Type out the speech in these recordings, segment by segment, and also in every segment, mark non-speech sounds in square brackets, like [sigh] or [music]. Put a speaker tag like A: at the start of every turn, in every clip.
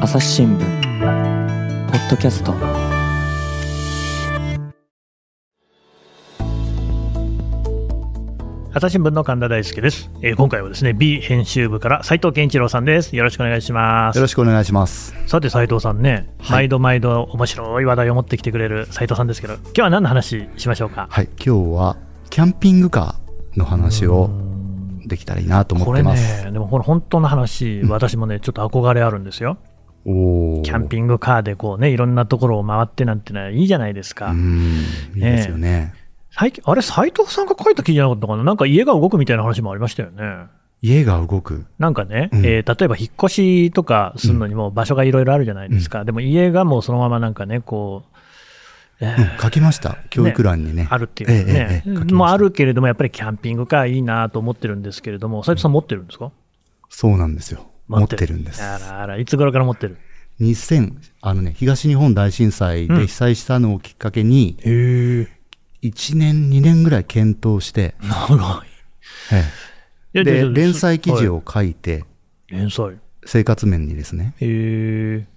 A: 朝日新聞ポッドキャスト
B: 朝日新聞の神田大輔です、えー今回はですね B 編集部から斉藤健一郎さんですよろしくお願いします
C: よろしくお願いします。
B: さて斉藤さんね、毎度毎度面白い話題を持ってきてくれる斉藤さんですけど今日は何の話しましょうか
C: はい、今日はキャンピングカーの話をできたらいいなと思
B: こ
C: っ
B: れ
C: てます。
B: ねでもこれ本当の話私もねちょっと憧れあるんですよ
C: お
B: キャン
C: ン
B: ピングカーでこうねいろんなところを回ってなんてのはいいじゃないですか、
C: うん、いいですよね。
B: 最近あれ斉藤さんが書いた記事じゃなかったかななんか家が動くみたいな話もありましたよね
C: 家が動
B: [laughs]
C: く。
B: なんかね、
C: うん
B: えー例えば引っ越しとかするのにも場所がいろいろあるじゃないですか、でも家がもうそのままなんかね、こう、えー
C: うん、書きました。教育欄にね。
B: あるっていうのね、
C: ええええ書きました
B: もうあるけれども、やっぱりキャンピングカーいいなと思ってるんですけれども、斉藤さん、持ってるんですか、
C: そうなんですよ。持ってるんです。
B: あらあら、いつ頃から持ってる
C: 2000、あのね、東日本大震災
B: うん
C: で被災したのをきっかけに、
B: へえ、
C: 1年、2年ぐらい検討して、
B: [laughs] 長い
C: え
B: い
C: え
B: や。
C: で、
B: じゃあ
C: 連載記事
B: は
C: を書いて、
B: い連載。
C: 生活面にですね、
B: へ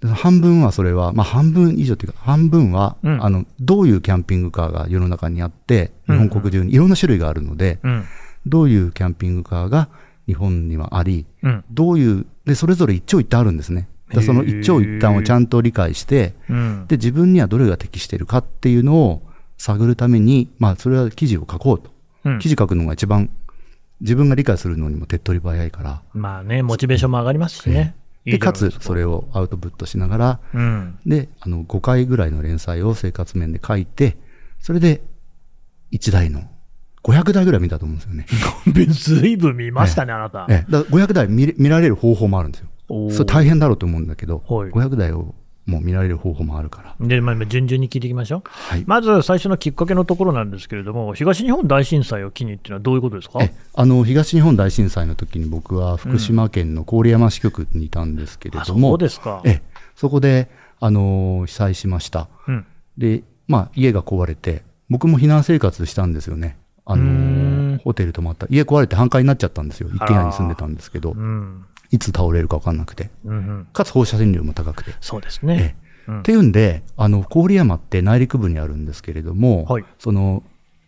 B: え、
C: で半分はそれは、まあ、半分以上というか、半分は、
B: うん
C: あのどういうキャンピングカーが世の中にあって、
B: う
C: 日
B: んうん
C: 本国中にいろんな種類があるので、
B: うん、
C: どういうキャンピングカーが日本にはあり、
B: うん、
C: どういう、でそれぞれ一長一短あるんですね。だからその一長一短をちゃんと理解して、
B: うん。
C: で自分にはどれが適しているかっていうのを探るために、まあ、それは記事を書こうと、
B: うん
C: 記事書くのが一番、自分が理解するのにも手っ取り早いから、
B: まあね、モチベーションも上がりますしね。い
C: で
B: いじゃ
C: か
B: ない
C: つ
B: す
C: それをアウトプットしながら、 [laughs]
B: うん。 [laughs]
C: で、あの、5回ぐらいの連載を生活面で書いて、それで、1台の、500台ぐらい見たと思うんですよね。
B: ずいぶん見ましたね、あなた。
C: ええだから500台見れ見られる方法もあるんですよ。
B: おー
C: それ大変だろうと思うんだけど、
B: はい
C: 500台をもう見られる方法もあるから。
B: で、まあ、順々に聞いていきましょう。
C: はい。
B: まず最初のきっかけのところなんですけれども、東日本大震災を機にっていうのはどういうことですか
C: ええあの、東日本大震災の時に僕は福島県の郡山支局にいたんですけれ
B: あ
C: ども、
B: そうですか。
C: ええそこで、あの被災しました。
B: うん、
C: で、まあ、家が壊れて、僕も避難生活したんですよね。あ
B: うーん
C: の、ホテル泊まった。家壊れて半壊になっちゃったんですよ。一軒家に住んでたんですけど
B: う、ん、
C: いつ倒れるか分かんなくて。
B: うん、うん、
C: かつ放射線量も高くて。
B: そうです
C: え
B: ね。う
C: え
B: ん
C: っていうんで、あの、郡山って内陸部にあるんですけれども、
B: はい
C: その、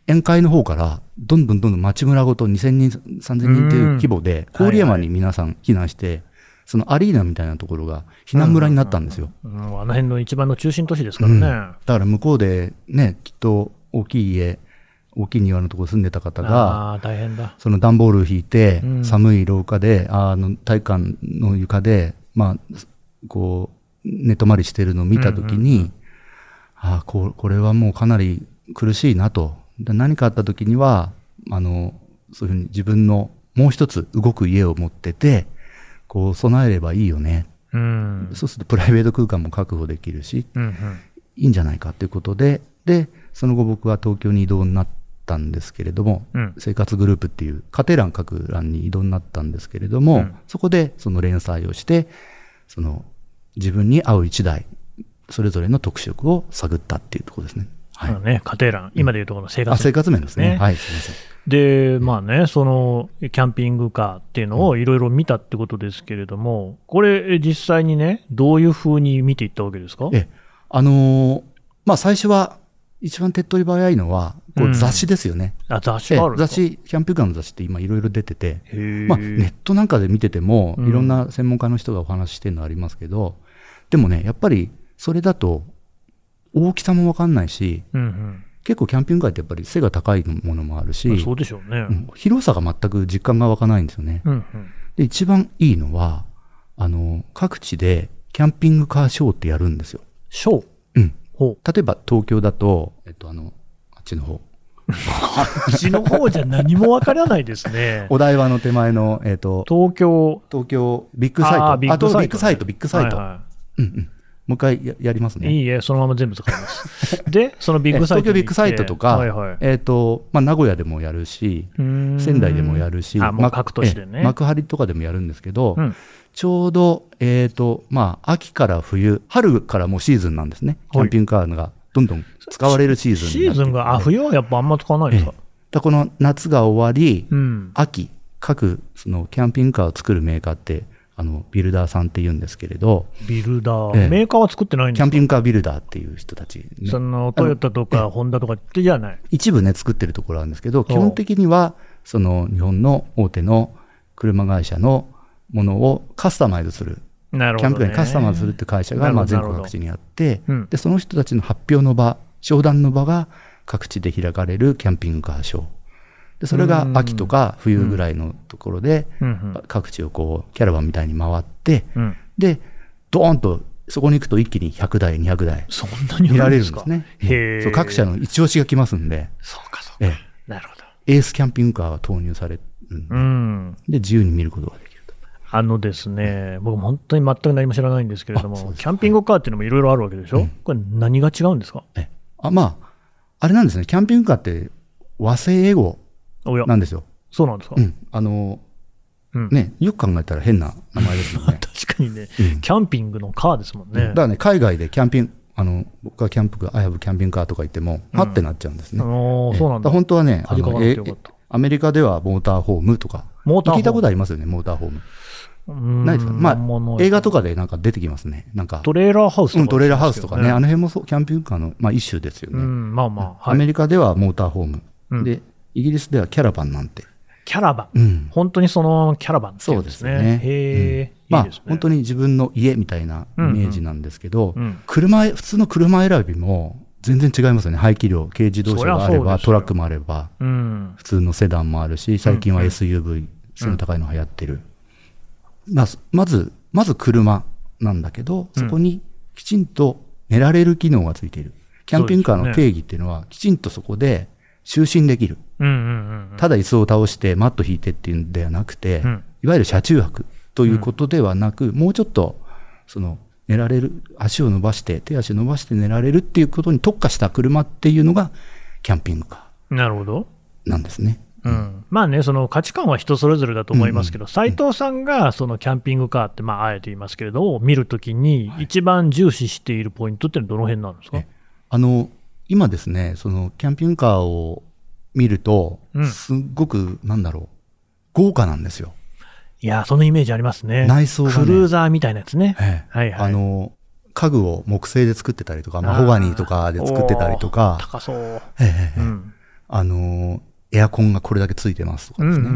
C: 沿海の方から、どんどんどんどん町村ごと2000人、3000人っていう規模で、
B: うん
C: 郡山に皆さん避難して、そのアリーナみたいなところが避難村になったんですよ。
B: うん、あの辺の一番の中心都市ですからね。
C: うんだから向こうでね、きっと大きい家、大きい庭のところ住んでた方が、
B: ああ、大変だ。
C: その段ボールを引いて、
B: うん
C: 寒い廊下で、あの体育館の床で、まあ、こう、寝泊まりしてるのを見たときに、ああこう、これはもうかなり苦しいなと。で何かあったときには、あの、そういうふうに自分のもう一つ動く家を持ってて、こう備えればいいよね。
B: うん、
C: そうするとプライベート空間も確保できるし、
B: うん、うん、
C: いいんじゃないかということで、で、その後僕は東京に移動になったんですけれども、
B: うん
C: 生活グループっていう家庭欄各欄に移動になったんですけれども、
B: うん
C: そこでその連載をして、その自分に合う一台、それぞれの特色を探ったっていうところですね。はい。
B: あのね、家庭欄、今でいうところの生
C: あ、
B: 活
C: 生活面ですね。
B: ね
C: はい、すみません。
B: で、まあね、そのキャンピングカーっていうのをいろいろ見たってことですけれども、これ、え実際にね、どういうふうに見ていったわけですか
C: ええ、あのーまあ最初は、一番手っ取り早いのは、こ
B: うん
C: う雑誌ですよね。
B: あ雑誌
C: ええ
B: があるんで
C: 雑
B: すか
C: 誌、キャンピングカーの雑誌って今いろいろ出てて、
B: へー
C: まあ、ネットなんかで見てても、
B: うん
C: いろんな専門家の人がお話ししてるのありますけど、でもね、やっぱりそれだと大きさもわかんないし、
B: うんうん
C: 結構キャンピングカーってやっぱり背が高いものもあるし、
B: まあそうでしょうね。
C: うん広さが全く実感が湧かないんですよね。
B: うんうん
C: で、一番いいのは、あの、各地でキャンピングカーショーってやるんですよ。
B: ショー
C: うん。
B: ほ
C: 例えば東京だと、えっと、あの、あっちの方。
B: う。うちの方じゃ何もわからないですね。
C: お台場の手前の、えっと、
B: 東京、
C: [laughs] 東京ビッグサイト。
B: あービッグサイトね
C: あとビッグサイト、ビッグサイト。
B: は
C: うんうん。もう一回ややります
B: い
C: ね。
B: はい、いいえ、そのまま全部使い
C: [laughs]
B: ます。で、そのビッグサイト
C: え東京ビッグサイトとか、
B: はいはい、
C: えっ、と、まあ、名古屋でもやるし、仙
B: 仙
C: 台でもやるし、
B: あ、もう
C: ま
B: 各都市でね。
C: ええ幕張とかでもやるんですけど、
B: うん
C: ちょうど、えっ、と、まあ、秋から冬、春からもうシーズンなんですね。キ
B: はい
C: ャンピングカーがどんどん使われるシーズン
B: シーズンが、あ、
C: あ、
B: 冬はやっぱあんま使わないですか。
C: だからこの夏が終わり、
B: うん。
C: 秋、各、その、キャンピングカーを作るメーカーって、あのビルダーさんって言うんですけれど、
B: ビルダ
C: え
B: ー、
C: え
B: メーカーは作ってないんで
C: キャ
B: す
C: ン
B: か
C: ピングカービルダーっていう人たちね、
B: そのトヨタとかホンダとかってじゃない。
C: 一部ね、作ってるところあるんですけど、
B: う
C: 基本的には、その日本の大手の車会社のものをカスタマイズする、
B: なるほど、
C: キャ
B: ね。
C: ンピングカーにカスタマイズするって会社
B: な
C: が
B: るほど
C: まあ全
B: な
C: 国
B: るほど
C: 各地にあって、
B: うん
C: で、その人たちの発表の場、商談の場が各地で開かれるキャンピングカーショー。で、それが秋とか冬ぐらいのところで、
B: うん
C: 各地をこう、キャラバンみたいに回って、
B: うん。うん。
C: で、ドーンと、そこに行くと一気に100台、200台、
B: そんなに
C: 見ら
B: あ
C: れ
B: ん
C: る
B: です
C: んで
B: か
C: すね。
B: へえ。
C: そう各社の一押しが来ますんで、
B: そうかそうか。
C: ええ
B: なるほど。
C: エースキャンピングカーが投入されるんで、
B: うん。
C: で自由に見ることができると。
B: あのですね、僕も本当に全く何も知らないんですけれど
C: あそう
B: も、
C: です
B: キャンピングカーっていうのもいろいろあるわけでしょ、
C: うん
B: これ何が違うんですか
C: えあまあ、あれなんですね、キャンピングカーって和製英語
B: おや、
C: なんですよ。
B: そうなんですか、
C: うん、あの
B: うん [laughs]
C: ね、よく考えたら変な名前ですよね。
B: 確かに [laughs] ね、
C: うん
B: キャンピングのカーですもんね
C: だか。らね、海外でキャンピング、あの僕がキャンプが、アイハブキャンピングカーとか言っても、
B: うん
C: はってなっちゃうんですね。
B: おーそうなん
C: ええ
B: だ。
C: 本当はね、あ
B: カジカ
C: の
B: がなくてよかった
C: ええアメリカではモーターホームとか、
B: モーターホーム
C: 聞いたことありますよね、モーターホーム。
B: な
C: な
B: い
C: ですかねまあ、映画と
B: か。
C: かでなんか出てきますね。なんか、
B: トレーラーハウスとか、
C: うん、トレーラーハウスとかね、あ
B: ね
C: の辺もそうキャンピングカーの、まあ、一種ですよ
B: う
C: ね、
B: ん、まあまあ、
C: ア
B: は
C: メ
B: い。
C: リカではモーターホーム、
B: うん
C: で、イギリスではキャラバンなんて、
B: キャラバン。
C: うん
B: 本当にそのキャラバンってい
C: そううんで
B: ですす
C: よ
B: ね。
C: ね。
B: へえ、
C: うんま
B: い
C: あ
B: いですね。
C: 本当に自分の家みたいなイメージなんですけど、
B: うんうんうん
C: 車へ、普通の車選びも全然違いますよね、排気量、軽自動車があれ
B: そりゃそう
C: ば、
B: ですよ
C: トラックもあれば、
B: うん。
C: 普通のセダンもあるし、最近は
B: うんうん
C: SUV、背の高いの流行ってる、まあ、まず、まず車なんだけど、
B: うん
C: そこにきちんと寝られる機能がついている。キャンピングカーの定義っていうのは、きちんとそこで就寝できる。
B: うんうんうんうん。
C: ただ椅子を倒してマット引いてっていうんではなくて、
B: うん
C: いわゆる車中泊ということではなく、もうちょっと、その、寝られる、足を伸ばして、手足を伸ばして寝られるっていうことに特化した車っていうのが、キャンピングカ
B: なるほど。
C: ーなんですね。
B: うん、まあね、その価値観は人それぞれだと思いますけど、斉藤さんがそのキャンピングカーって、まあ、あえて言いますけれど、見るときに、一番重視しているポイントってのはどの辺なんですか
C: ね、あの今ですねそのキャンピングカーを見ると、
B: うん
C: すっごくなんだろう豪華なんですよ、
B: いやー、そのイメージありますね、
C: 内装がね
B: クルーザーみたいなやつね、
C: ええ
B: はいはい、
C: あの家具を木製で作ってたりとかマホガニーとかで作ってたりと
B: おー
C: か
B: 高そう、
C: ええええ
B: うん
C: あのエアコンがこれだけついてますと
B: う
C: か
B: ん
C: で
B: うん
C: すね、
B: う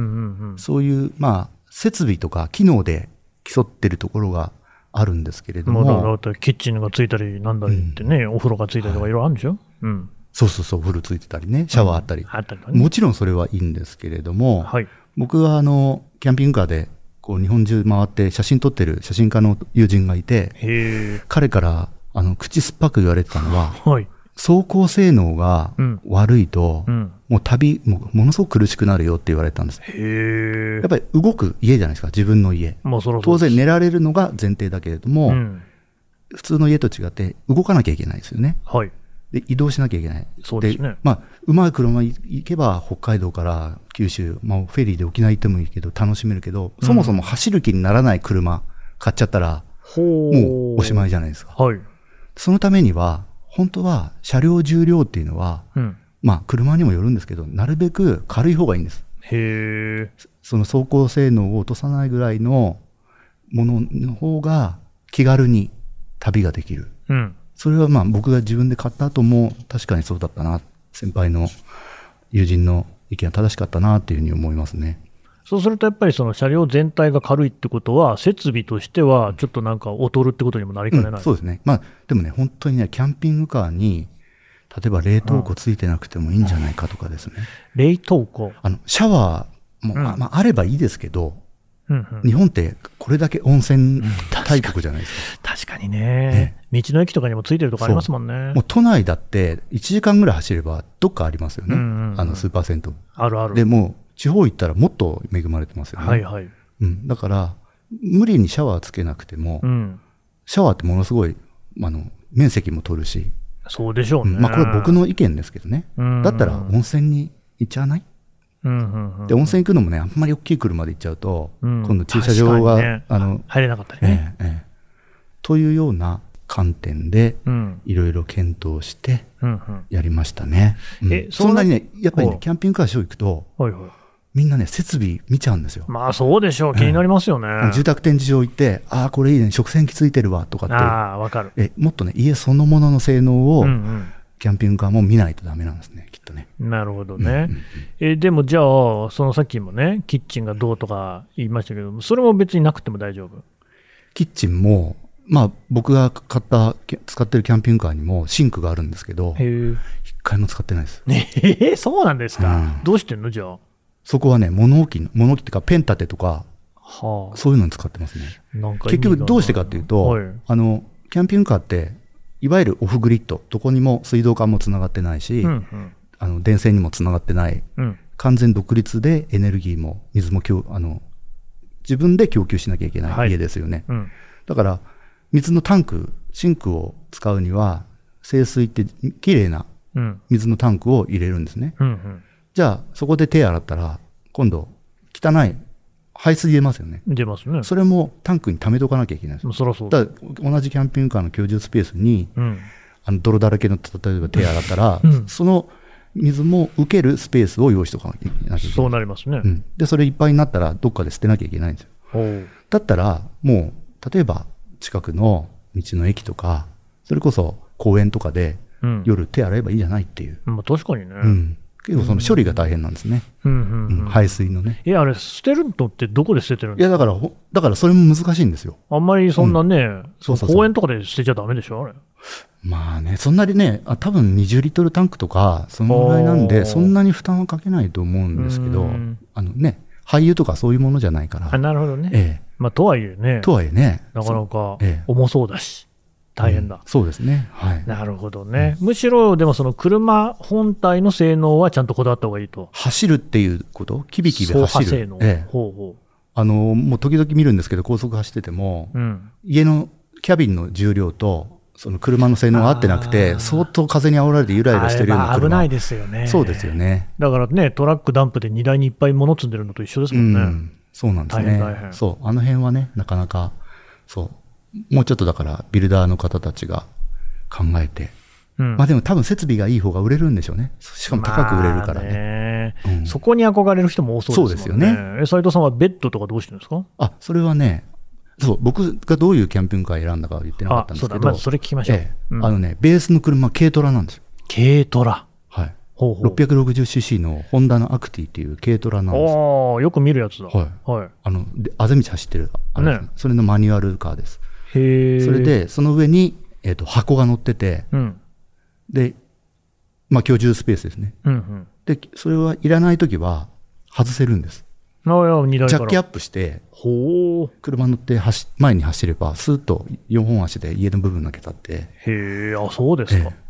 B: ん
C: そういうまあ設備とか機能で競ってるところがあるんですけれ
B: う
C: ど
B: ん、もうだから
C: も
B: だってキッチンがついたり、なんだりってね、お風呂がついたりとか、いろいろあるんでしょ、うん、
C: そうそうそうお風呂ついてたりねシャワーあったり、
B: あったりとかね、
C: もちろんそれはいいんですけれども、
B: はい、
C: 僕はあのキャンピングカーでこう日本中回って写真撮ってる写真家の友人がいて
B: へえ、
C: 彼からあの口酸っぱく言われてたのは
B: はい、
C: 走行性能が
B: うん
C: 悪いと、
B: うん、
C: もう旅もうものすごく苦しくなるよって言われたんです
B: へえ
C: やっ、ぱり動く家じゃないですか自分の家
B: もうそろそろ
C: 当然寝られるのが前提だけれども、
B: うん、
C: 普通の家と違って動かなきゃいけないですよね
B: はい、
C: で移動しなきゃいけない
B: そうですね
C: まあ、うまい車行けば北海道から九州、まあ、フェリーで沖縄行ってもいいけど楽しめるけど、
B: うん
C: そもそも走る気にならない車買っちゃったら
B: ほ
C: もうおしまいじゃないですか
B: はい。
C: そのためには本当は車両重量っていうのは
B: うん。
C: まあ車にもよるんですけどなるべく軽い方がいいんです
B: へえ。
C: その走行性能を落とさないぐらいのものの方が気軽に旅ができる
B: うん。
C: それはまあ僕が自分で買った後も確かにそうだったな先輩の友人の意見は正しかったなっていうふうに思いますね
B: そうするとやっぱりその車両全体が軽いってことは、設備としてはちょっとなんか劣るってことにもなりかね
C: う
B: なんい。
C: そうですねまあでもね本当にねキャンピングカーに例えば冷凍庫ついてなくてもいいんじゃないかとかですね
B: 冷凍庫。
C: あのシャワーも、
B: うん
C: あまあ、あればいいですけど
B: うんうん
C: 日本ってこれだけ温泉大国じゃないですか
B: 確かにね。道の駅とかにもついてるとこありますもんね
C: も。う都内だって1時間ぐらい走ればどっかありますよね、
B: うんうんうん
C: あのスーパー銭
B: あるあ
C: 湯で
B: る。
C: もう地方行ったらもっと恵まれてますよね、
B: はいはい。
C: うん、だから無理にシャワーつけなくても、
B: うん。
C: シャワーってものすごいあの面積も取るし、
B: そうでしょうね。
C: うんまあ、これは僕の意見ですけどね、
B: うん
C: だったら温泉に行っちゃわない、
B: うんうんうん。
C: で温泉行くのもねあんまり大きい車で行っちゃうと、
B: うん
C: 今度駐車場
B: 確か
C: が、
B: にね
C: あの
B: 入れなかったり
C: え
B: ね。
C: えええというような観点で
B: うん。
C: いろいろ検討して
B: うんうん。
C: やりましたね、うん
B: え
C: そんなにねやっぱりね
B: お
C: キャンピングカーショー行くと
B: はいはい。
C: みんなね、設備見ちゃうんですよ。
B: まあそうでしょう、気になりますよね。
C: 住宅展示場行って、ああ、これいいね、食洗機ついてるわとかっ
B: ああ、わかる。
C: て、えもっとね、家そのものの性能を
B: うんうん
C: キャンピングカーも見ないとダメなんですね、きっとね。
B: なるほど
C: うんうんう
B: ね
C: ん。
B: えでもじゃあ、そのさっきもね、キッチンがどうとか言いましたけども、それも別になくても大丈夫。
C: キッチンも、まあ、僕が買った、き使ってるキャンピングカーにもシンクがあるんですけど、
B: へ
C: 一回も使ってないです。
B: え。えそうなんですか。
C: うん
B: どうしてんのじゃあ。
C: そこはね、物置の、物置っていうか、ペン立てとか、
B: は
C: そういうのに使ってますね。
B: あ。なんか意味
C: 結
B: が
C: 局どうしてかっていうと、
B: はい
C: あの、キャンピングカーって、いわゆるオフグリッド、どこにも水道管もつながってないし、
B: うんうん
C: あの電線にもつながってない、
B: うん。
C: 完全独立でエネルギーも水も供あの自分で供給しなきゃいけな
B: はいい
C: 家ですよね。
B: うん。
C: だから、水のタンク、シンクを使うには、清水ってきれいな
B: うん。
C: 水のタンクを入れるんですね。
B: うんうん。
C: じゃあ、そこで手洗ったら、今度、汚い排水出ますよね。
B: 出ますね。
C: それもタンクに溜めとかなきゃいけないんですよ。
B: そらそうだ。
C: だから同じキャンピングカーの居住スペースに、
B: うん。
C: あの泥だらけの例えば手洗ったら、
B: うん
C: その水も受けるスペースを用意しておかなきゃいけない
B: そうなりますね
C: う。ん、でそれいっぱいになったらどっかで捨てなきゃいけないんですよ
B: おう
C: だったらもう例えば近くの道の駅とかそれこそ公園とかで
B: うん。
C: 夜手洗えばいいじゃないっていう、
B: まあ確かにね。
C: うん結構その処理が大変なんですね、
B: うんうん
C: うん
B: うん。
C: 排水のね
B: え、あれ、捨てるのってどこで捨ててるん
C: いやだからほだからそれも難しいんですよ
B: あんまりそんなね、
C: そうそうそう
B: 公園とかで捨てちゃダメでしょ、あれ。
C: まあねそんなにねあ多分20リットルタンクとかそのぐらいなん
B: お
C: で
B: ー
C: そんなに負担はかけないと思うんですけ
B: う
C: ど
B: ん
C: あのね廃油とかそういうものじゃないから
B: あなるほどね。
C: え
B: まあ、とはいえね
C: え、とはいえね
B: なかなか
C: ええ
B: 重そうだし、大変
C: うん
B: だ。
C: そうですねはい
B: なるほどね。むしろ、でもその車本体の性能はちゃんとこだわった方がいいと。
C: 走るっていうこと、キビキビ
B: 走破
C: 走
B: 性
C: る
B: 能。、
C: ええ
B: ほうほ
C: あのもう時々見るんですけど、高速走ってても、
B: う。うん。
C: 家のキャビンの重量と、その車の性能が合ってなく
B: あ
C: て、
B: ー
C: 相当風に煽られてゆらゆらしてるような
B: あれは
C: 車
B: 危ないですよね。
C: そうですよ。ね。
B: だからね、トラック、ダンプで荷台にいっぱい物積んでるのと一緒です
C: う
B: もんね。
C: ん、そうなんですね
B: 大変大変
C: そう、あの辺はね、なかなか、そう、もうちょっとだから、ビルダーの方たちが考えて、
B: うん
C: まあでも多分設備がいい方が売れるんでしょうね。しかも高く売れるからね。
B: まあね
C: うん
B: そこに憧れる人も多そうですもんね。
C: そう
B: 斉え
C: です
B: 斉藤さんはベッドとかどうしてるんですか
C: あ、それはね、そう、僕がどういうキャンピングカーを選んだかは言ってなかったんですけ
B: あそう
C: ど、
B: だまずそれ聞きましょう
C: ええ
B: うん
C: あのね、ベースの車、軽トラなんですよ。
B: 軽トラ。
C: はい。
B: ほうほう。
C: 660cc のホンダのアクティっていう軽トラなんですよ
B: おーよく見るやつだ。
C: はいあの、であぜ道走ってる、あれですね
B: ね
C: それのマニュアルカーです。
B: へえ。
C: それ、で、その上に、えっ、と、箱が乗ってて、
B: うん。
C: で、まあ、居住スペースですね。
B: うん
C: で、それはいらないときは、外せるんです。
B: うん。あいや、荷台
C: ジ
B: か
C: ャ
B: ら。
C: ッキアップして、
B: ほう。
C: 車乗って走、前に走れば、スーッと4本足で家の部分だけ立って、
B: へえ、あ、そうですか。
C: ええ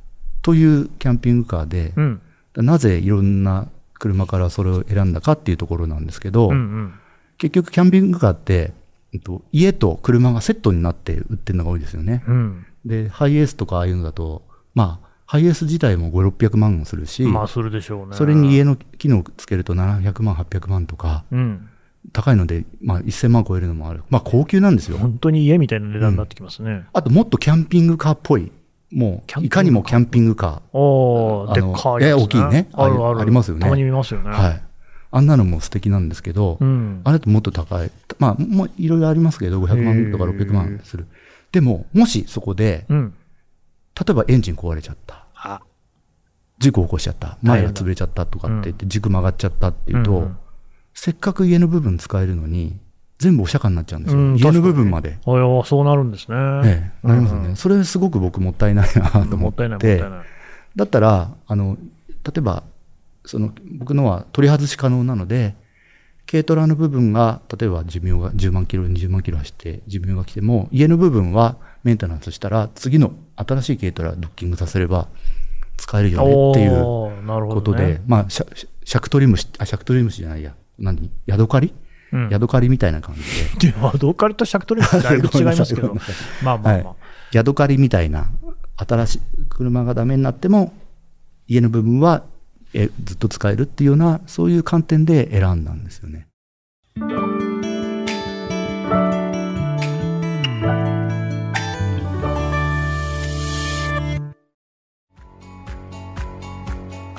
C: というキャンピングカーで、
B: うん。
C: なぜいろんな車からそれを選んだかっていうところなんですけど、
B: うんうん。
C: 結局キャンピングカーって、えっと、家と車がセットになって売ってるのが多いですよね。
B: うん。
C: で、ハイエースとかああいうのだと、まあ、ハイエース自体も5、600万するし、
B: まあ、するでしょうね。
C: それに家の機能つけると700万、800万とか、
B: うん。
C: 高いので、まあ、1000万超えるのもある。まあ、高級なんですよ。
B: 本当に家みたいな値段になってきますね。
C: あと、もっとキャンピングカーっぽい。も
B: キャンピ
C: う、
B: ングカー
C: いかにもキャンピングカ
B: お
C: あ
B: ー、で
C: の
B: っかい
C: ええ
B: やつ、ね。
C: 大きいね
B: ある
C: あ
B: あ
C: れ
B: る。
C: ありますよね
B: たまに見ますよね。
C: ー。はい。あんなのも素敵なんですけど、
B: うん。
C: あれだともっと高い。まあ、もういろいろありますけど、500万とか600万する。でも、もしそこで、
B: うん。
C: 例えばエンジン壊れちゃった。
B: あ、
C: 事故起こしちゃった。前が潰れちゃったとかって言って、軸曲がっちゃったっていうと、
B: うんうん
C: せっかく家の部分使えるのに、全部お釈迦になっちゃうんですよ。
B: うん
C: 家の部分まで。
B: あいや、そうなるんですね。
C: ええ、なりますよね。
B: うん
C: それすごく僕もったいないな [laughs] と思
B: も
C: っ。
B: ってたいない、もったいない。
C: だったら、あの、例えば、その、僕のは取り外し可能なので、軽トラの部分が、例えば寿命が10万キロ、20万キロ走って寿命が来ても、家の部分はメンテナンスしたら、次の新しい軽トラドッキングさせれば使えるよねっていう
B: おーなるほ
C: こと
B: ど
C: で、
B: ね。
C: まあ、しゃしゃ尺取り虫、あ、尺取り虫じゃないや。何宿刈り、
B: うん
C: 宿刈りみたいな感じで。
B: [laughs] では、どうかりと尺取りはだいぶ違いますけ
C: ご
B: ど
C: めんなさい、
B: まあまあまあ、
C: はい、宿刈りみたいな、新しい車がダメになっても、家の部分はえずっと使えるっていうような、そういう観点で選んだんですよね。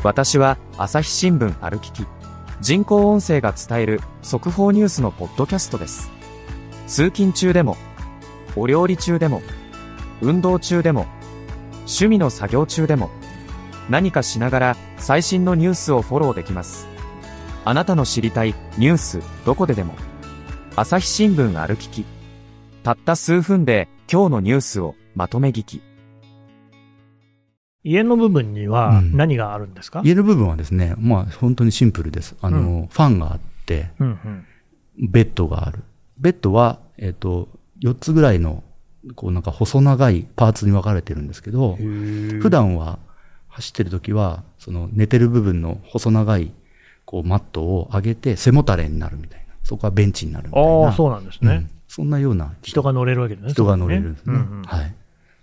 A: 私は朝日新聞歩きき
D: 人工音声が伝える速報ニュースのポッドキャストです。通勤中でも、お料理中でも、運動中でも、趣味の作業中でも、何かしながら最新のニュースをフォローできます。あなたの知りたいニュースどこででも、朝日新聞ある聞き。たった数分で今日のニュースをまとめ聞き。
B: 家の部分には
C: うん
B: 何があるんですか、うん
C: 言える部分はですね、まあ、本当にシンプルです。あの、
B: う
C: ファンがあって、
B: うん、
C: ベッドがある。ベッドは、えっ、と、4つぐらいの、こうなんか細長いパーツに分かれてるんですけど、普段は走ってる時は、その寝てる部分の細長い、こうマットを上げて背もたれになるみたいな。そこはベンチになるみたいな。
B: ああ、そうなんです
C: うん
B: ね。
C: そんなような。
B: 人が乗れるわけですね。
C: 人が乗れるんです
B: そこ
C: ね
B: にうんうん。
C: はい。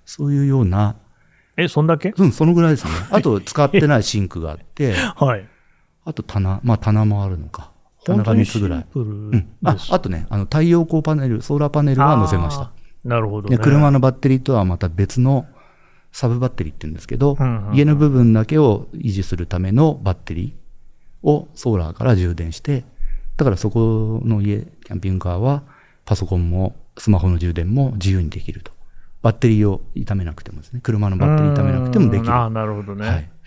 C: そういうような、
B: え、そんだけ
C: うん、そのぐらいですね。あと、使ってないシンクが
B: [laughs]
C: あって、
B: はい。
C: あと棚、まあ棚もあるのか。
B: 本
C: 棚が
B: 当に
C: 3つ
B: シ
C: ぐ
B: ン
C: らい。
B: プ
C: う
B: ル
C: ん、
B: で
C: あ
B: す。
C: あとねあの、太陽光パネル、ソーラーパネルは載せました
B: あ。ー。なるほど、ね。
C: で車のバッテリーとはまた別のサブバッテリーって言うんですけど、
B: うんうんうん
C: 家の部分だけを維持するためのバッテリーをソーラーから充電して、だからそこの家、キャンピングカーはパソコンもスマホの充電も自由にできると。バッテリーを傷めなくてもですね、車のバッテリー傷めなくてもでき
B: う
C: る。
B: んあ
C: は
B: あ、なるほどね。
C: い、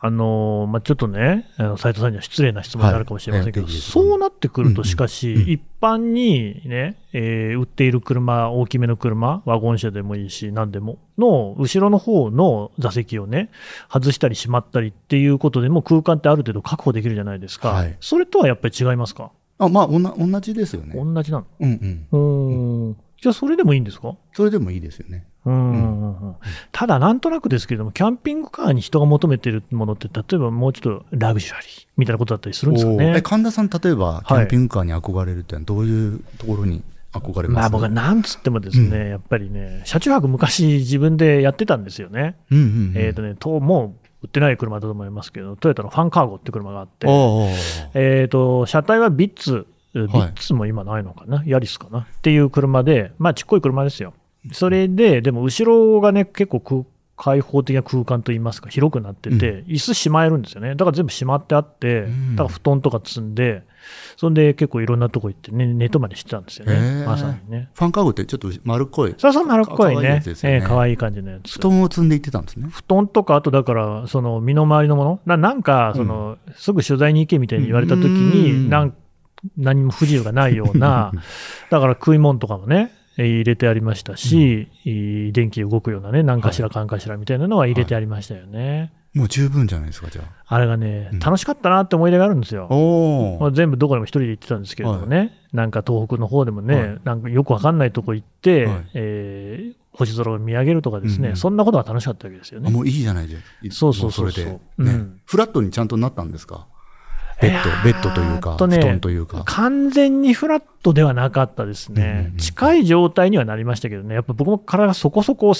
B: あのーまあ、ちょっとね、斎藤さんには失礼な質問になるかもしれませんけど、
C: はいええ
B: そうなってくると、
C: うん
B: しかし、
C: うん
B: 一般にね、えー売っている車、大きめの車、ワゴン車でもいいし、何でも、の後ろの方の座席をね、外したりしまったりっていうことでも、空間ってある程度確保できるじゃないですか、
C: はい
B: それとはやっぱり違いますか、
C: あまあおな、同じですよね。
B: 同じなの
C: うんうん。
B: うーん、じゃあ、それでもいいんですか
C: それでもいいですよね。
B: うんうんうんうんただ、なんとなくですけれども、キャンピングカーに人が求めてるものって、例えばもうちょっとラグジュアリーみたいなことだったりするんですか
C: おーえ
B: ね。
C: 神田さん、例えば、キャンピングカーに憧れるってのはどういうところに憧れます
B: まあ僕はなんつってもですね、やっぱりね、車中泊、昔、自分でやってたんですよね。
C: うんうんうん、
B: えっ、とね、ともう売ってない車だと思いますけど、トヨタのファンカーゴって車があって、
C: おうおうおう
B: えー、と車体はビッツ、ビ
C: い
B: ッツも今ないのかな、ヤリスかなっていう車で、まあ、ちっこい車ですよ。それで、でも後ろがね、結構空開放的な空間といいますか、広くなってて、椅子しまえるんですよね。だから全部しまってあって
C: うん、
B: だから布団とか積んで、そんで結構いろんなとこ行って、ね、寝泊まりしてたんですよ
C: へ
B: ね、
C: ー
B: まさにね。
C: ファンカーゴってちょっと丸っこい。
B: そうそう、丸っこい
C: かわいいや
B: ね
C: つ。ですよね
B: ええ可愛い感じのやつ。
C: 布団を積んでいってたんですね。
B: 布団とか、あとだから、その身の回りのもの、ななんかその、すぐ取材に行けみたいに言われたとき
C: うん
B: に、なん何も不自由がないよう
C: [laughs]
B: な、だから食い物とかもね、えー入れてありましたし、いい電気動くようなね、何かしらかんかしらみたいなのは入れてありましたよね。
C: もう十分じゃないですか、じゃあ。
B: あれがね
C: うん、
B: 楽しかったなって思い出があるんですよ。
C: お
B: ま
C: お
B: あ、。全部どこでも一人で行ってたんですけれどもね、なんか東北の方でもね、
C: はい
B: なんかよくわかんないとこ行って、
C: はい
B: えー星空を見上げるとかですね、
C: うんうん
B: そんなことが楽しかったわけですよね
C: あ。もういいじゃないですか。
B: そうそうそう
C: もれで
B: そう
C: ね
B: うん
C: フラットにちゃんとなったんですかベッド
B: えー、
C: ベッドというか、
B: っとね
C: 布団というか。
B: 完全にフラットではなかったですね、
C: うんうん
B: 近い状態にはなりましたけどね、やっぱ僕も体がそこそこ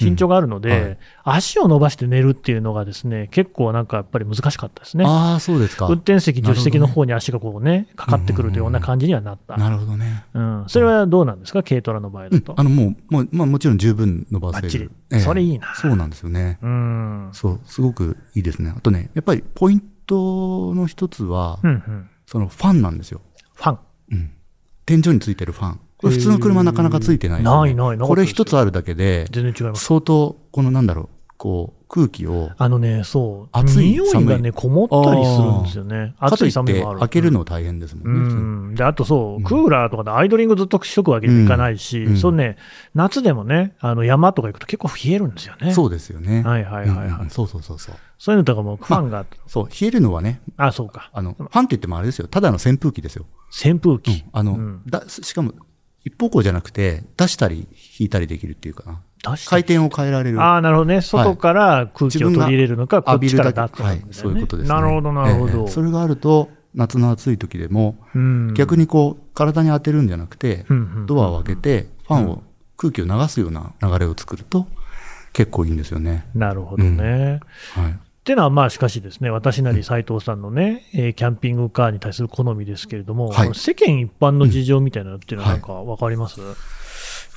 B: 身長があるので、
C: うんはい
B: 足を伸ばして寝るっていうのがですね、結構なんかやっぱり難しかったですね。
C: ああ、そうですか
B: 運。転席、
C: なる
B: 助手
C: ほどね
B: 席の方に足がこうね、かかってくるというような感じにはなった。
C: なるほどね。
B: うん、それはどうなんですか、軽トラの場合
C: う
B: だ
C: ん
B: と。
C: あの、もう、もう、まあもちろん十分伸ば
B: バッ
C: せ
B: チ
C: る
B: リ。
C: ええ
B: それいいな
C: そうなんですよね。
B: うん。うん
C: そう、すごくいいですね。あとね、やっぱりポイントの一つは、
B: うん。
C: そのファンなんですよ。
B: ファン。
C: うん天井についてるファン。これ普通の車なかなかついてない、
B: ないないなかったですよ
C: これ一つあるだけで、
B: 全然違います。
C: 相当、このなんだろう、こう、空気を、
B: あのね、そう。
C: 暑い
B: 匂いが
C: 寒い
B: ね、こもったりするんですよね。
C: かと
B: 暑
C: い
B: い
C: っ
B: 寒い
C: て
B: もある。
C: 開けるの大変ですも
B: うん
C: ね。
B: ん、であとそう、
C: うん
B: クーラーとかでアイドリングずっとしとくわけにもいかないし、
C: うん
B: そのね、夏でもね、あの山とか行くと結構冷えるんですよね。
C: そうですよね。
B: はいはいはいはい、
C: うんうんそうそうそうそう。
B: そういうのとかもファンが、
C: そう、冷えるのはね、
B: あ、そうか、
C: あの、ファンって言ってもあれですよ。ただの扇風機ですよ。
B: 扇風機、
C: あの、
B: うん
C: だしかも、一方向じゃなくて、出したり引いたりできるっていうかな。
B: 出して
C: 回転を変えられる。
B: ああ、なるほどね、外から空気を取り入れるのか、こ
C: 浴
B: っ
C: び
B: ち
C: る
B: か
C: だ
B: らだと
C: け。
B: か、
C: はい、そういうことですね。
B: なるほど、なるほ
C: え
B: ど。
C: えそれがあると、夏の暑い時でも、
B: うん、
C: 逆にこう、体に当てるんじゃなくて
B: うんうんうん、
C: ドアを開けて、ファンを、空気を流すような流れを作ると、結構いいんですよね。
B: なるほどね。
C: はい。
B: ってのは、まあ、しかしですね、私なり斉藤さんのね、えーキャンピングカーに対する好みですけれども、
C: はい
B: あの世間一般の事情みたいなのっていうのは、なんかわかります、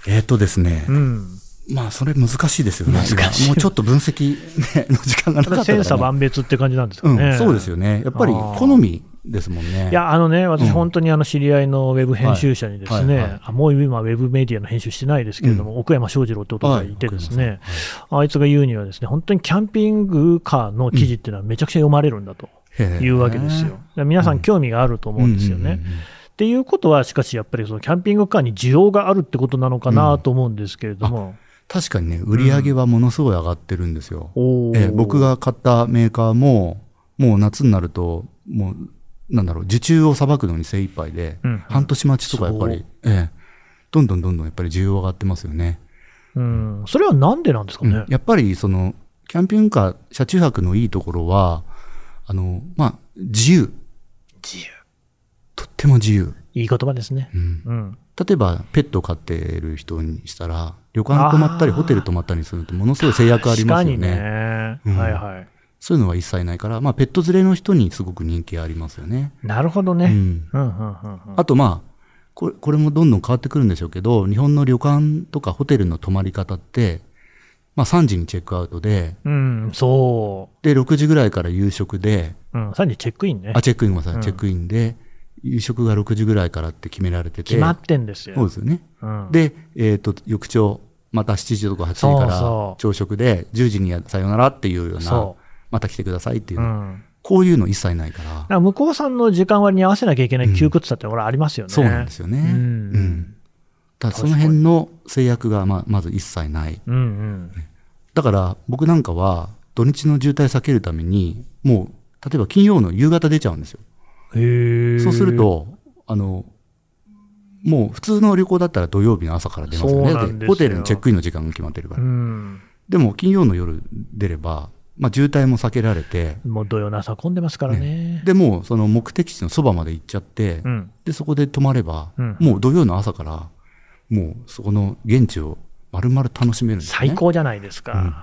C: えっ、とですね
B: う、ん。
C: まあ、それ難しいですよね。
B: 難しい
C: もうちょっと分析、ね、の時間がなかったから、
B: 千
C: ね。
B: 差万別って感じなんですか
C: う
B: ね。
C: ん、そうですよね。やっぱり
B: あー
C: 好みですもんね。
B: いや、あのね、私、
C: うん
B: 本当にあの知り合いのウェブ編集者にです
C: はいはいはい
B: ね、あもう今、ウェブメディアの編集してないですけれども、奥山翔二郎って男がいてです
C: はい
B: ね、あいつが言うには、ですね本当にキャンピングカーの記事っていうのはめちゃくちゃ読まれるんだと
C: へえ
B: いうわけですよ。だから皆さん、興味があると思うんですよね。
C: うんうんうんうん
B: っていうことは、しかしやっぱりそのキャンピングカーに需要があるってことなのかなと思うんですけれども、
C: 確かにね、売り上げはものすごい上がってるんですよ。
B: おー
C: ええ僕が買ったメーカーも、もう夏になると、もう、なんだろう、受注をさばくのに精一杯で、
B: うん
C: 半年待ちとかやっぱり、ええどんどんどんどんやっぱり需要上がってますよね。
B: うん、それはなんでなんですかね。
C: うんやっぱりそのキャンピングカー車中泊のいいところはあのまあ自由
B: 自由
C: とっても自由、
B: いい言葉ですね。
C: うん
B: うん、
C: 例えばペット飼ってる人にしたら旅館泊まったりホテル泊まったりするとものすごい制約ありますよね
B: 確か
C: う
B: にね、
C: ん
B: はいはい。
C: そういうのは一切ないから、まあ、ペット連れの人にすごく人気ありますよね、
B: なるほど
C: う
B: ね。
C: ん、
B: うん、うん、うんうん。
C: あとまあこれこれもどんどん変わってくるんでしょうけど日本の旅館とかホテルの泊まり方って、まあ、3時にチェックアウトで
B: うん、そ
C: で6時ぐらいから夕食で
B: う。うん、3時チェックインね
C: あ、。チェックインごめんなさ
B: うん
C: い、チェックインで、夕食が6時ぐらいからって決められてて、
B: 決まってんですよ。
C: そうですよね。
B: うん、
C: で、えっ、と、翌朝、また7時とか8時か
B: そうそ
C: ら
B: う
C: 朝食で、10時にはさよならっていうような
B: そ、
C: また来てくださいっていう
B: う
C: の、
B: ん。
C: こういうの一切ないから
B: だか、ら向こうさんの時間割に合わせなきゃいけない窮屈さって、ほら、ありますよね。
C: そうなんですよね。
B: うん
C: うんただその辺の制約がままず一切ない。
B: うんうん。
C: だから僕なんかは土日の渋滞避けるために、もう、例えば金曜の夕方出ちゃうんですよ。
B: へえ。
C: そうする、と、あの、もう普通の旅行だったら土曜日の朝から出ます
B: そ
C: よ
B: う
C: ね。
B: なん
C: だ
B: ですよ
C: ってホテルのチェックインの時間が決まってるか
B: う
C: ら。
B: ん。
C: でも金曜の夜出れば、まあ渋滞も避けられて、
B: もう土曜の朝混んでますからね。
C: でもうその目的地のそばまで行っちゃって、
B: うん。
C: で、そこで泊まれば、
B: うん
C: もう土曜の朝から、もうそこの現地を丸々楽しめるんですね。
B: 最高じゃないですか。うん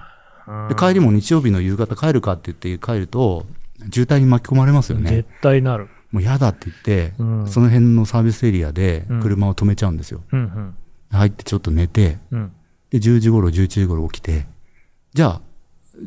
C: で、帰りも日曜日の夕方帰るかって言って帰ると、渋滞に巻き込まれますよね
B: 絶。対なる。
C: もう嫌だって言って、
B: うん
C: その辺のサービスエリアで車を止めちゃうんですよ。
B: うんうん。
C: 入ってちょっと寝て、
B: うん。
C: で、10時頃、11時頃起きて、じゃあ、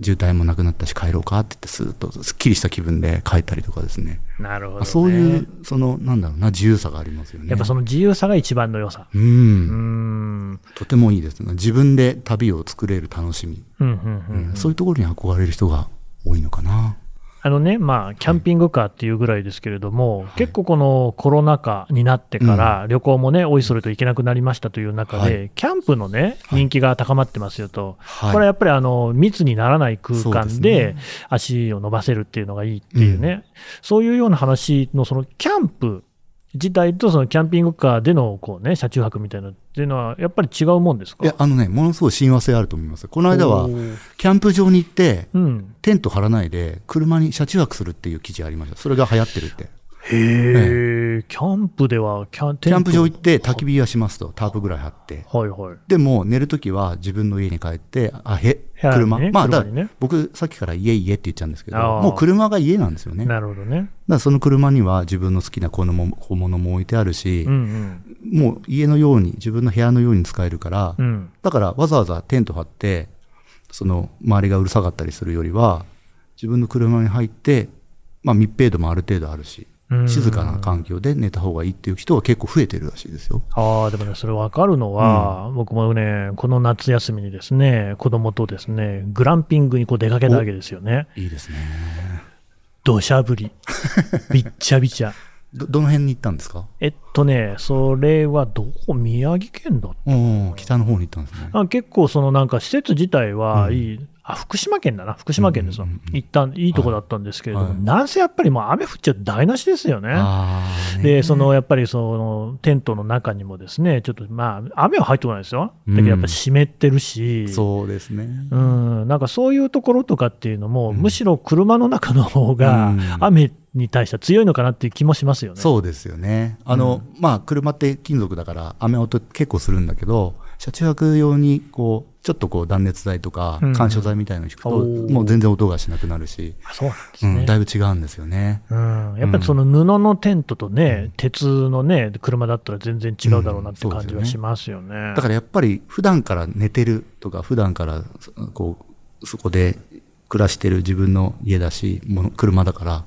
C: 渋滞もなくなったし帰ろうかって言って、スーッとすっきりした気分で帰ったりとかですね。
B: なるほど、
C: あ
B: ね。
C: そういう、その、なんだろうな、自由さがありますよね。
B: やっぱその自由さが一番の良さ。
C: う、
B: うんん。うん
C: とてもいいですね。自分で旅を作れる楽しみ。
B: うんう
C: うん
B: ん。
C: そういうところに憧れる人が多いのかな。
B: あのね、まあ、キャンピングカーっていうぐらいですけれども、結構このコロナ禍になってから、旅行もね、おいそれと行けなくなりましたという中で、
C: はい
B: キャンプのね、
C: はい
B: 人気が高まってますよと、
C: はい
B: これはやっぱりあの密にならない空間
C: そうで
B: で足を伸ばせるっていうのがいいっていうね、そういうような話の、そのキャンプ自体とそのキャンピングカーでのこう、ね、車中泊みたいなっていうのは、やっぱり違うもんですか
C: いや、あのね、ものすごい親和性あると思います。この間は
B: お、ー
C: キャンプ場に行って、
B: うん、
C: テント張らないで、車に車中泊するっていう記事ありました。それが流行ってるって。
B: へえ、キャンプではキャン
C: キャンプ場
B: テ
C: 行って焚き火はしますと、タープぐらい張って。
B: ントはいはい。
C: でも、寝るときは自分の家に帰って、あ、へ、
B: 部屋にね
C: 車。まあ、だ
B: 車にね
C: 僕、さっきから家家って言っちゃうんですけど、
B: あー
C: もう車が家なんですよね。だか
B: なるほどね。
C: らその車には自分の好きな小物も小物も置いてあるし
B: うん、うん。
C: もう家のように、自分の部屋のように使えるから、
B: うん。
C: だからわざわざテント張って、その周りがうるさかったりするよりは、自分の車に入って、まあ密閉度もある程度あるし
B: うん、
C: 静かな環境で寝た方がいいっていう人が結構増えてるらしいですよ。
B: ああ、でもね、それ分かるのは、僕もね、この夏休みにですね、子供とですね、グランピングにこう出かけたわけですよね。
C: いいですね。
B: 土砂降
C: [laughs]
B: り。びっちゃびちゃ。
C: ど、どの辺に行ったんですか
B: えっとね、それはどこ宮城県だ
C: おお北の方に行ったんですね。
B: あ結構そのなんか施設自体はいい、あ福島県だな、福島県ですわ
C: うんうんうん
B: 行ったいいとこだったんですけれども、
C: はい
B: なんせやっぱりもう雨降っちゃうと台無しですよね。
C: あーね
B: で、そのやっぱりそのテントの中にもですね、ちょっとまあ、雨は入ってこないですよ。だけどやっぱ湿ってるし、
C: そうですね。
B: うん、なんかそういうところとかっていうのも、
C: うん
B: むしろ車の中の方が
C: うん
B: 雨に対しては強いのかなっていう気もしますよね。
C: そうですよね。あの、まあ、車って金属だから、雨音結構するんだけど、車中泊用に、こう、ちょっとこう断熱材とか
B: うん、
C: 緩衝材みたいのを引くと、
B: おー
C: もう全然音がしなくなるし、
B: あそうなんです
C: う
B: ね。
C: ん、だいぶ違うんですよね。
B: うん、やっぱりその布のテントとね、鉄のね、車だったら全然違うだろうなって感じはしますよね。
C: だからやっぱり、普段から寝てるとか、普段から、そこう、そこで暮らしてる自分の家だし、もの車だから、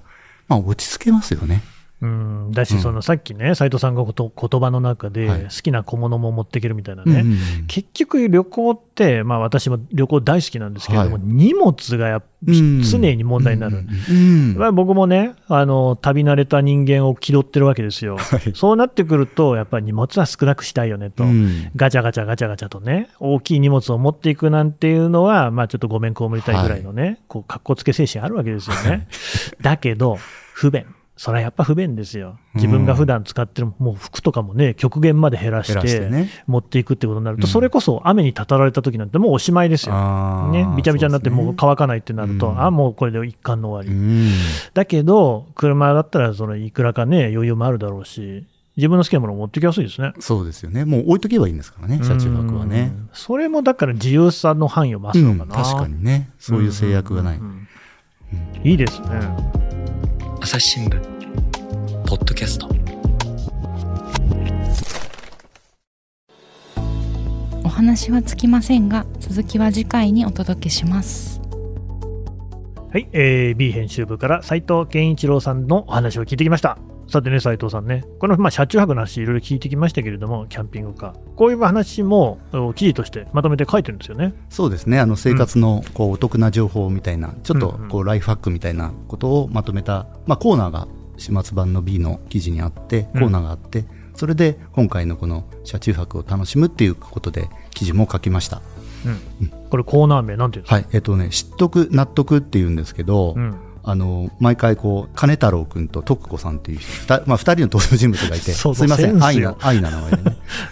C: まあ、落ち着けますよね。
B: うん、だ
C: う
B: し、
C: ん
B: そのさっきね、斉藤さんがこと言葉の中で、
C: はい
B: 好きな小物も持っていけるみたいな
C: うん
B: ね、
C: うん
B: 結局、旅行って、まあ、私も旅行大好きなんですけれども、
C: はい
B: 荷物がやっ
C: うん
B: 常に問題になる。
C: うん
B: まあ、僕もねあの、旅慣れた人間を気取ってるわけですよ、そうなってくると、やっぱり荷物は少なくしたいよねと、
C: うん
B: ガチャガチャガチャガチャとね、大きい荷物を持っていくなんていうのは、まあ、ちょっとごめんこむりたいぐらいのね、こうかっこつけ精神あるわけですよね。だけど、不便。それはやっぱ不便ですよ。自分が普段使ってる、もう服とかもね、極限まで減らして、
C: 減らしてね
B: 持っていくってことになると、
C: うん
B: それこそ雨にたたられた時なんてもうおしまいですよ。
C: あー
B: ね、びちゃびちゃになってもう乾かないってなると、
C: うん
B: あもうこれで一貫の終わり
C: う。ん
B: だけど、車だったらそのいくらかね、余裕もあるだろうし、自分の好きなものを持ってきやすいですね。
C: そうですよね。もう置いとけばいいんですからね、車中泊はね
B: う。ん。それもだから自由さの範囲を増す
C: う
B: の
C: ん
B: かな。
C: 確かにね。そういう制約がない。
B: うんうん
C: うん
B: いいですね。
A: 朝日新聞ポッドキャスト
E: お話はつきませんが続きは次回にお届けします
B: はい、えー B 編集部から斉藤健一郎さんのお話を聞いてきました。さてね、斉藤さんね、この、まあ、車中泊の話、いろいろ聞いてきましたけれども、キャンピングカー、こういう話もお記事としてまとめて書いてるんですよね。
C: そうですね。あの生活のこうお得な情報みたいな、ちょっと
B: うんうん
C: こうライフハックみたいなことをまとめた、まあコーナーが始末版の B の記事にあって、
B: う
C: コ
B: ん
C: ーナーがあって、それで今回のこの車中泊を楽しむっていうことで記事も書きました。
B: これ、コーナー名、なんていうんですか、
C: はい。えっとね、知っとく、納得っていうんですけど、
B: うん
C: あの、毎回こう、金太郎くんと徳子さんっていう人、ふたまあ二人の登場人物がいて、
B: そう
C: すいませ
B: セン
C: ん、
B: ス
C: 愛
B: よ
C: な、愛な名前でね。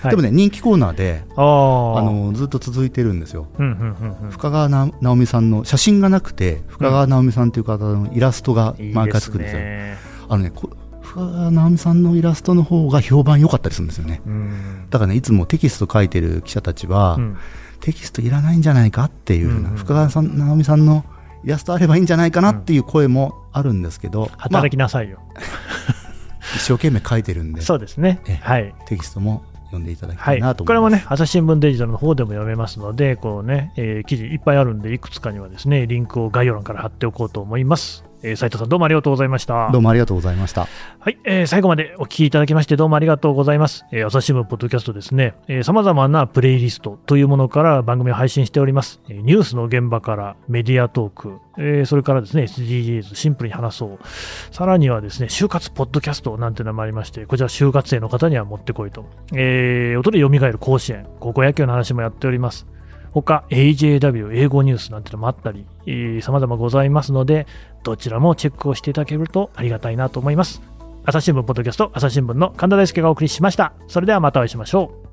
B: はい
C: でもね、人気コーナーで、
B: あ
C: あ
B: あ、
C: の、ずっと続いてるんですよ。
B: うんうんうんうん
C: 深川な直美さんの写真がなくて、深川直美さんという方のイラストが
B: いい
C: 毎
B: で
C: 回つ
B: す
C: くんですよ。
B: ね。
C: あのね、こ深川直美さんのイラストの方が評判良かったりするんですよね。
B: うん
C: だからね、いつもテキスト書いてる記者たちは、
B: うん
C: テキストいらないんじゃないかっていうふうな、
B: うんうん
C: 深川さん直美さんのイラストあればいいんじゃないかなっていう声もあるんですけど、まあ
B: 働きなさいよ。
C: 一生懸命書いてるんで、
B: そうですね
C: ええ。
B: はい。
C: テキストも読んでいただきた
B: はいい、
C: なと
B: こ
C: 思
B: れ
C: い
B: も
C: ます。
B: ね、朝日新聞デジタルの方でも読めますので、こうね、えー記事いっぱいあるんで、いくつかにはですね、リンクを概要欄から貼っておこうと思います。えー、斉藤さん、どうもありがとうございました。
C: どうもありがとうございました。
B: はい、えー最後までお聞きいただきまして、どうもありがとうございます。えー朝日新聞ポッドキャストですね、さまざまなプレイリストというものから番組を配信しております。えーニュースの現場からメディアトーク、えーそれからですね、SDGs、シンプルに話そう。さらにはですね、就活ポッドキャストなんて名前ありまして、こちら就活生の方には持ってこいと。えー音で蘇る甲子園、高校野球の話もやっております。他、AJW、英語ニュースなんてのもあったり、えー様々ございますので、どちらもチェックをしていただけるとありがたいなと思います。朝日新聞ポッドキャスト朝日新聞の神田大輔がお送りしましたそれではまたお会いしましょう